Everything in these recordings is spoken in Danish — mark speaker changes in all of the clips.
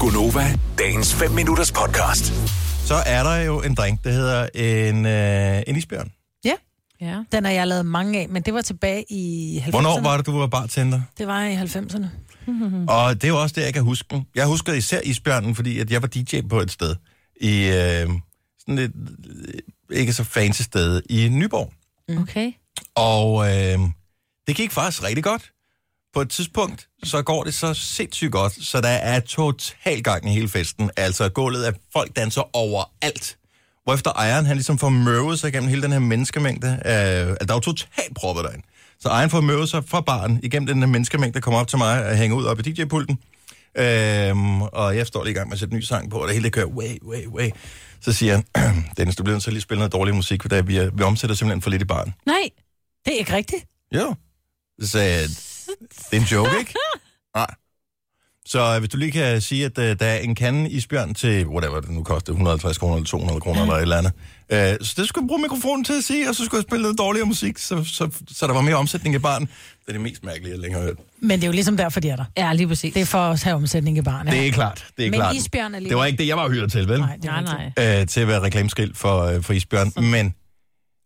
Speaker 1: Gunova, dagens 5 minutters podcast.
Speaker 2: Så er der jo en drink, der hedder en, øh, en isbjørn.
Speaker 3: Ja,
Speaker 4: Ja.
Speaker 3: den har jeg lavet mange af, men det var tilbage i 90'erne.
Speaker 2: Hvornår var det, du var bartender?
Speaker 3: Det var i 90'erne.
Speaker 2: Og det er jo også det, jeg kan huske. den. Jeg husker især isbjørnen, fordi at jeg var DJ på et sted. I øh, sådan et øh, ikke så fancy sted i Nyborg.
Speaker 3: Mm.
Speaker 4: Okay.
Speaker 2: Og øh, det gik faktisk rigtig godt. På et tidspunkt, så går det så sindssygt godt, så der er total gang i hele festen. Altså gulvet af folk danser overalt. Hvorefter ejeren, han ligesom får møvet sig gennem hele den her menneskemængde. Øh, altså, der er jo totalt proppet derinde. Så ejeren får møvet sig fra baren igennem den her menneskemængde, der kommer op til mig og hænger ud op i DJ-pulten. Øhm, og jeg står lige i gang med at sætte en ny sang på, og det hele det kører way, way, way. Så siger han, Dennis, du bliver nødt til at lige spille noget dårlig musik, for der, vi, er, vi omsætter simpelthen for lidt i baren.
Speaker 4: Nej.
Speaker 3: Det er ikke rigtigt.
Speaker 2: Jo. Så øh, det er en joke, ikke? Nej. Så øh, hvis du lige kan sige, at øh, der er en kande isbjørn til, whatever det nu koster, 150 kroner eller 200 kroner eller et eller andet. Øh, så det skulle jeg bruge mikrofonen til at sige, og så skulle jeg spille noget dårligere musik, så, så, så der var mere omsætning i barn. Det er det mest mærkelige, jeg længere har hørt.
Speaker 3: Men det er jo ligesom derfor, de er der.
Speaker 4: Ja, lige præcis.
Speaker 3: Det er for at have omsætning i barnet.
Speaker 2: Det er klart, det er
Speaker 3: Men
Speaker 2: klart.
Speaker 3: isbjørn er lige-
Speaker 2: Det var ikke det, jeg var hyret til, vel?
Speaker 3: Nej, det er
Speaker 4: Nej,
Speaker 3: rigtigt.
Speaker 4: nej.
Speaker 2: øh, til at være reklameskilt for, øh, for isbjørn. Men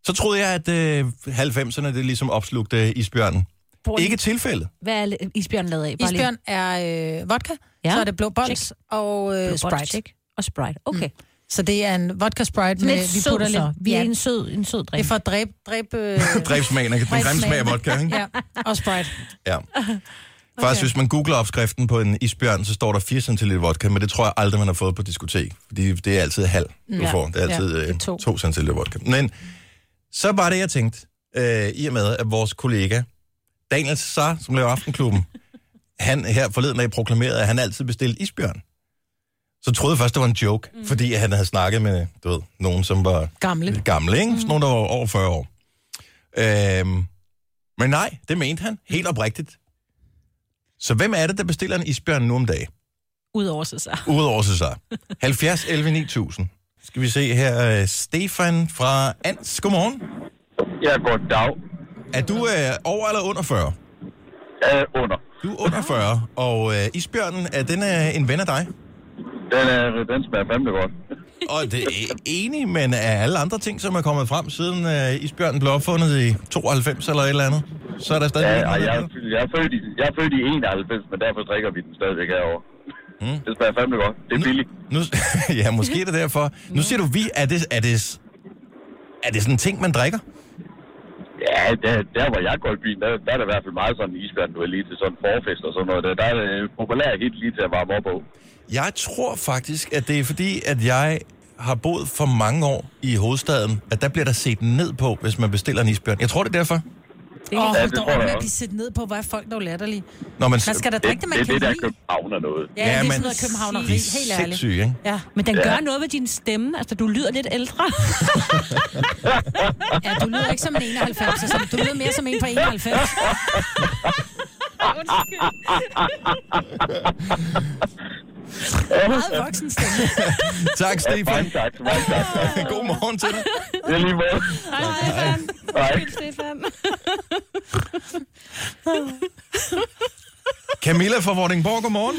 Speaker 2: så troede jeg, at øh, 90'erne det ligesom opslugte isbjørnen.
Speaker 4: Bor i-
Speaker 2: Ikke tilfældet.
Speaker 4: Hvad er isbjørn lavet af? Bare lige-
Speaker 3: Isbjørn er øh, vodka,
Speaker 4: Ja.
Speaker 3: ja. så er det blå bols og øh,
Speaker 4: Blå
Speaker 3: Sprite.
Speaker 4: Bolt, ikke? Og Sprite, okay. Mm.
Speaker 3: Så det er en vodka Sprite med
Speaker 4: Lidt vi sød, så. Vi er
Speaker 3: ja,
Speaker 4: en sød, en sød
Speaker 3: det
Speaker 4: drink.
Speaker 3: er for at dræbe... dræbe øh,
Speaker 2: Dræb smagen, den
Speaker 3: dræbe
Speaker 2: grimme smag af
Speaker 3: smagen.
Speaker 2: vodka, ikke?
Speaker 3: ja, og Sprite.
Speaker 2: Ja. Faktisk, hvis man googler opskriften på en isbjørn, så står der 4 cl vodka, men det tror jeg aldrig, man har fået på diskotek. Fordi det er altid halv, du
Speaker 3: Ja.
Speaker 2: får. Det er altid
Speaker 3: Ja, det er
Speaker 2: øh,
Speaker 3: to.
Speaker 2: 2 cl vodka. Men så var det, jeg tænkte, øh, i og med, at vores kollega Daniel Cesar, som laver Aftenklubben, han her forleden dag proklamerede, at han altid bestilte isbjørn. Så troede jeg først, det var en joke, mm. fordi han havde snakket med, du ved, nogen, som var
Speaker 3: Gamle.
Speaker 2: lidt gamle, ikke? Sådan nogen, der var over 40 år. Øhm, men nej, det mente han. Helt oprigtigt. Så hvem er det, der bestiller en isbjørn nu om dagen?
Speaker 4: Udover sig så.
Speaker 2: Udover sig så. 70 11 9000. Skal vi se her. øh, Stefan fra Ans. Godmorgen.
Speaker 5: Ja, goddag.
Speaker 2: Er du øh, over eller under 40?
Speaker 5: Øh, under.
Speaker 2: Du er under 40, og øh, isbjørnen, er den øh, en ven af dig?
Speaker 5: Den, er, den smager fandme godt.
Speaker 2: Og det er enig, men er alle andre ting, som er kommet frem, siden øh, isbjørnen blev opfundet i 92 eller et eller andet, så er der stadig...
Speaker 5: Ja,
Speaker 2: nogen, der
Speaker 5: ej, jeg,
Speaker 2: drikker
Speaker 5: er
Speaker 2: den?
Speaker 5: født- jeg, er født i, jeg er født i 91, men derfor drikker vi den stadigvæk herovre. Mm. Det smager fandme godt. Det er billigt.
Speaker 2: Nu, ja, måske er det derfor. Nu siger du vi, er det, er det, er det sådan en ting, man drikker?
Speaker 5: Ja, der, der hvor jeg går i byen, der, der er der i hvert fald meget sådan isbjørn, du er lige til sådan forfest og sådan noget. Der, der er det populært helt lige til at varme op på.
Speaker 2: Jeg tror faktisk, at det er fordi, at jeg har boet for mange år i hovedstaden, at der bliver der set ned på, hvis man bestiller en isbjørn. Jeg tror, det er derfor.
Speaker 3: Åh, oh,
Speaker 5: Ja,
Speaker 3: hold
Speaker 5: det
Speaker 3: da
Speaker 5: tror
Speaker 3: op
Speaker 5: jeg
Speaker 3: med at
Speaker 5: også.
Speaker 3: blive siddet ned på, hvor er folk dog latterlige.
Speaker 2: Når man,
Speaker 3: Man skal da
Speaker 5: Det,
Speaker 3: drikke det, man
Speaker 5: det, er
Speaker 3: kan
Speaker 5: det der
Speaker 3: lide.
Speaker 5: københavner noget.
Speaker 3: Ja, det er
Speaker 2: men-
Speaker 3: sådan noget københavneri,
Speaker 2: de er
Speaker 3: helt ærligt.
Speaker 2: sindssyge, ikke?
Speaker 3: Ja.
Speaker 4: Men den ja. gør noget ved din stemme. Altså, du lyder lidt ældre.
Speaker 3: ja, du lyder ikke som en 91, som, du lyder mere som en på 91. Meget voksen stemme.
Speaker 2: Tak, Stefan.
Speaker 5: Mange tak, mange tak.
Speaker 2: God morgen til dig.
Speaker 5: Det er lige måde.
Speaker 4: Hej,
Speaker 5: Nej,
Speaker 4: Stefan.
Speaker 2: Camilla fra Vordingborg, godmorgen.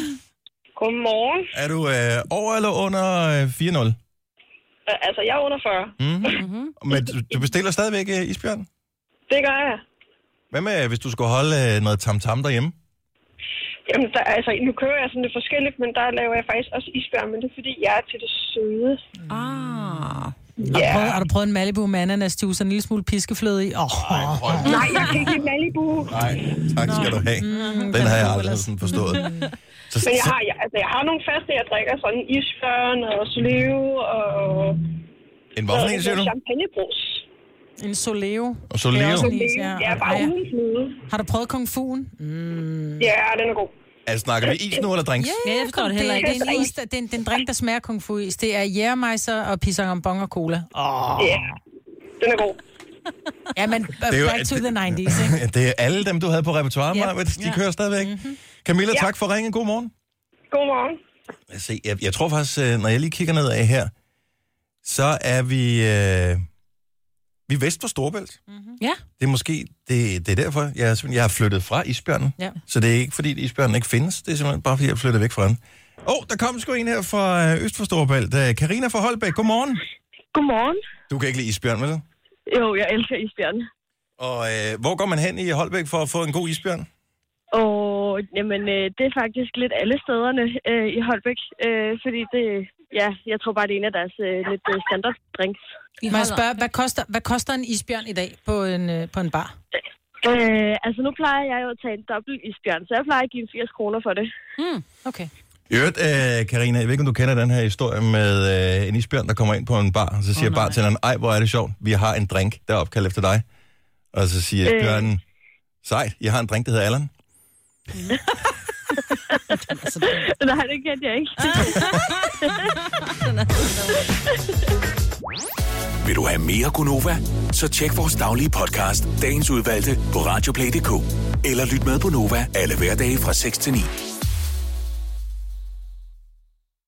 Speaker 6: Godmorgen.
Speaker 2: Er du øh, over eller under øh, 4-0?
Speaker 6: Øh, Altså, jeg er under 40. Mm.
Speaker 2: Men du, du bestiller stadigvæk øh, isbjørn?
Speaker 6: Det gør jeg.
Speaker 2: Hvad med, hvis du skulle holde øh, noget tamtam derhjemme?
Speaker 6: Jamen, der, altså, nu kører jeg sådan lidt forskelligt, men der laver jeg faktisk også isbjørn, men det er fordi, jeg er til det søde.
Speaker 4: Ah.
Speaker 3: Har du
Speaker 6: Ja.
Speaker 3: prøvet, har du prøvet en Malibu med ananas juice og en lille smule piskefløde i? Åh, oh,
Speaker 6: Nej, jeg kan ikke lide Malibu,
Speaker 2: Nej, tak skal du have. Den har jeg aldrig sådan forstået. Så,
Speaker 6: men jeg
Speaker 2: så,
Speaker 6: har, jeg, altså, jeg har nogle faste, jeg drikker sådan isbjørn og sleve og...
Speaker 2: en hvorfor en, siger du?
Speaker 6: Champagnebrus.
Speaker 3: en soleo.
Speaker 2: Og så Leo.
Speaker 3: også en lille-
Speaker 6: Ja,
Speaker 3: Ja,
Speaker 6: ja, bare
Speaker 3: ja.
Speaker 6: uden fløde.
Speaker 3: Har du prøvet kung fuen? Mm.
Speaker 6: Ja, den er god.
Speaker 2: Altså, snakker vi is nu eller drinks?
Speaker 4: Ja, jeg forstår det
Speaker 3: Det,
Speaker 4: heller
Speaker 3: det,
Speaker 4: ikke.
Speaker 3: er en is, der- det, er en, det er en drink, der smager kung fu is. Det er jægermejser og pisang og cola. Oh.
Speaker 6: Ja, den er god.
Speaker 3: Ja, men
Speaker 2: er jo-
Speaker 3: uh, back to the 90's, ikke?
Speaker 2: Ja. Det er alle dem, du havde på repertoire,
Speaker 3: Ja.
Speaker 2: yep. de kører stadigvæk. Camilla, tak for ringen. God morgen.
Speaker 6: Godmorgen.
Speaker 2: Lad os se. Jeg, jeg tror faktisk, øh, når jeg lige kigger nedad her, så er vi... Øh, vi er vest for Storbælt.
Speaker 4: Ja.
Speaker 2: Det er måske... Det, det er derfor, jeg, er simpelthen- jeg har flyttet fra isbjørnen.
Speaker 3: Ja.
Speaker 2: Så det er ikke, fordi isbjørnen ikke findes. Det er simpelthen bare, fordi jeg er flyttet væk fra den. Åh, oh, der kom sgu en her fra øh, Øst for Storebælt. Øh, Karina fra Holbæk, godmorgen.
Speaker 7: Godmorgen.
Speaker 2: Du kan ikke lide isbjørn, vel?
Speaker 7: Jo, jeg elsker isbjørn.
Speaker 2: Og øh, hvor går man hen i Holbæk for at få en god isbjørn?
Speaker 7: Og jamen, øh, det er faktisk lidt alle stederne øh, i Holbæk, øh, fordi det, ja, jeg tror bare, det er en af deres øh, lidt øh, standard drinks.
Speaker 4: I
Speaker 3: Må jeg spørge, hvad koster, hvad koster en isbjørn i dag på en, øh, på en bar?
Speaker 7: Øh, altså, nu plejer jeg jo at tage en dobbelt isbjørn, så jeg plejer at give en 80 kroner for det.
Speaker 3: Okay.
Speaker 2: I øvrigt, øh, Karina, jeg ved ikke, om du kender den her historie med øh, en isbjørn, der kommer ind på en bar, og så siger oh, bartenderen, ej, hvor er det sjovt, vi har en drink, der er opkaldt efter dig. Og så siger øh.
Speaker 7: Øh.
Speaker 2: bjørnen, sejt, jeg har en drink, der hedder Allan.
Speaker 7: Nej, det kan jeg ikke.
Speaker 1: Vil du have mere Gunova? Så tjek vores daglige podcast, dagens udvalgte, på radioplay.dk. Eller lyt med på Nova alle hverdage fra 6 til 9.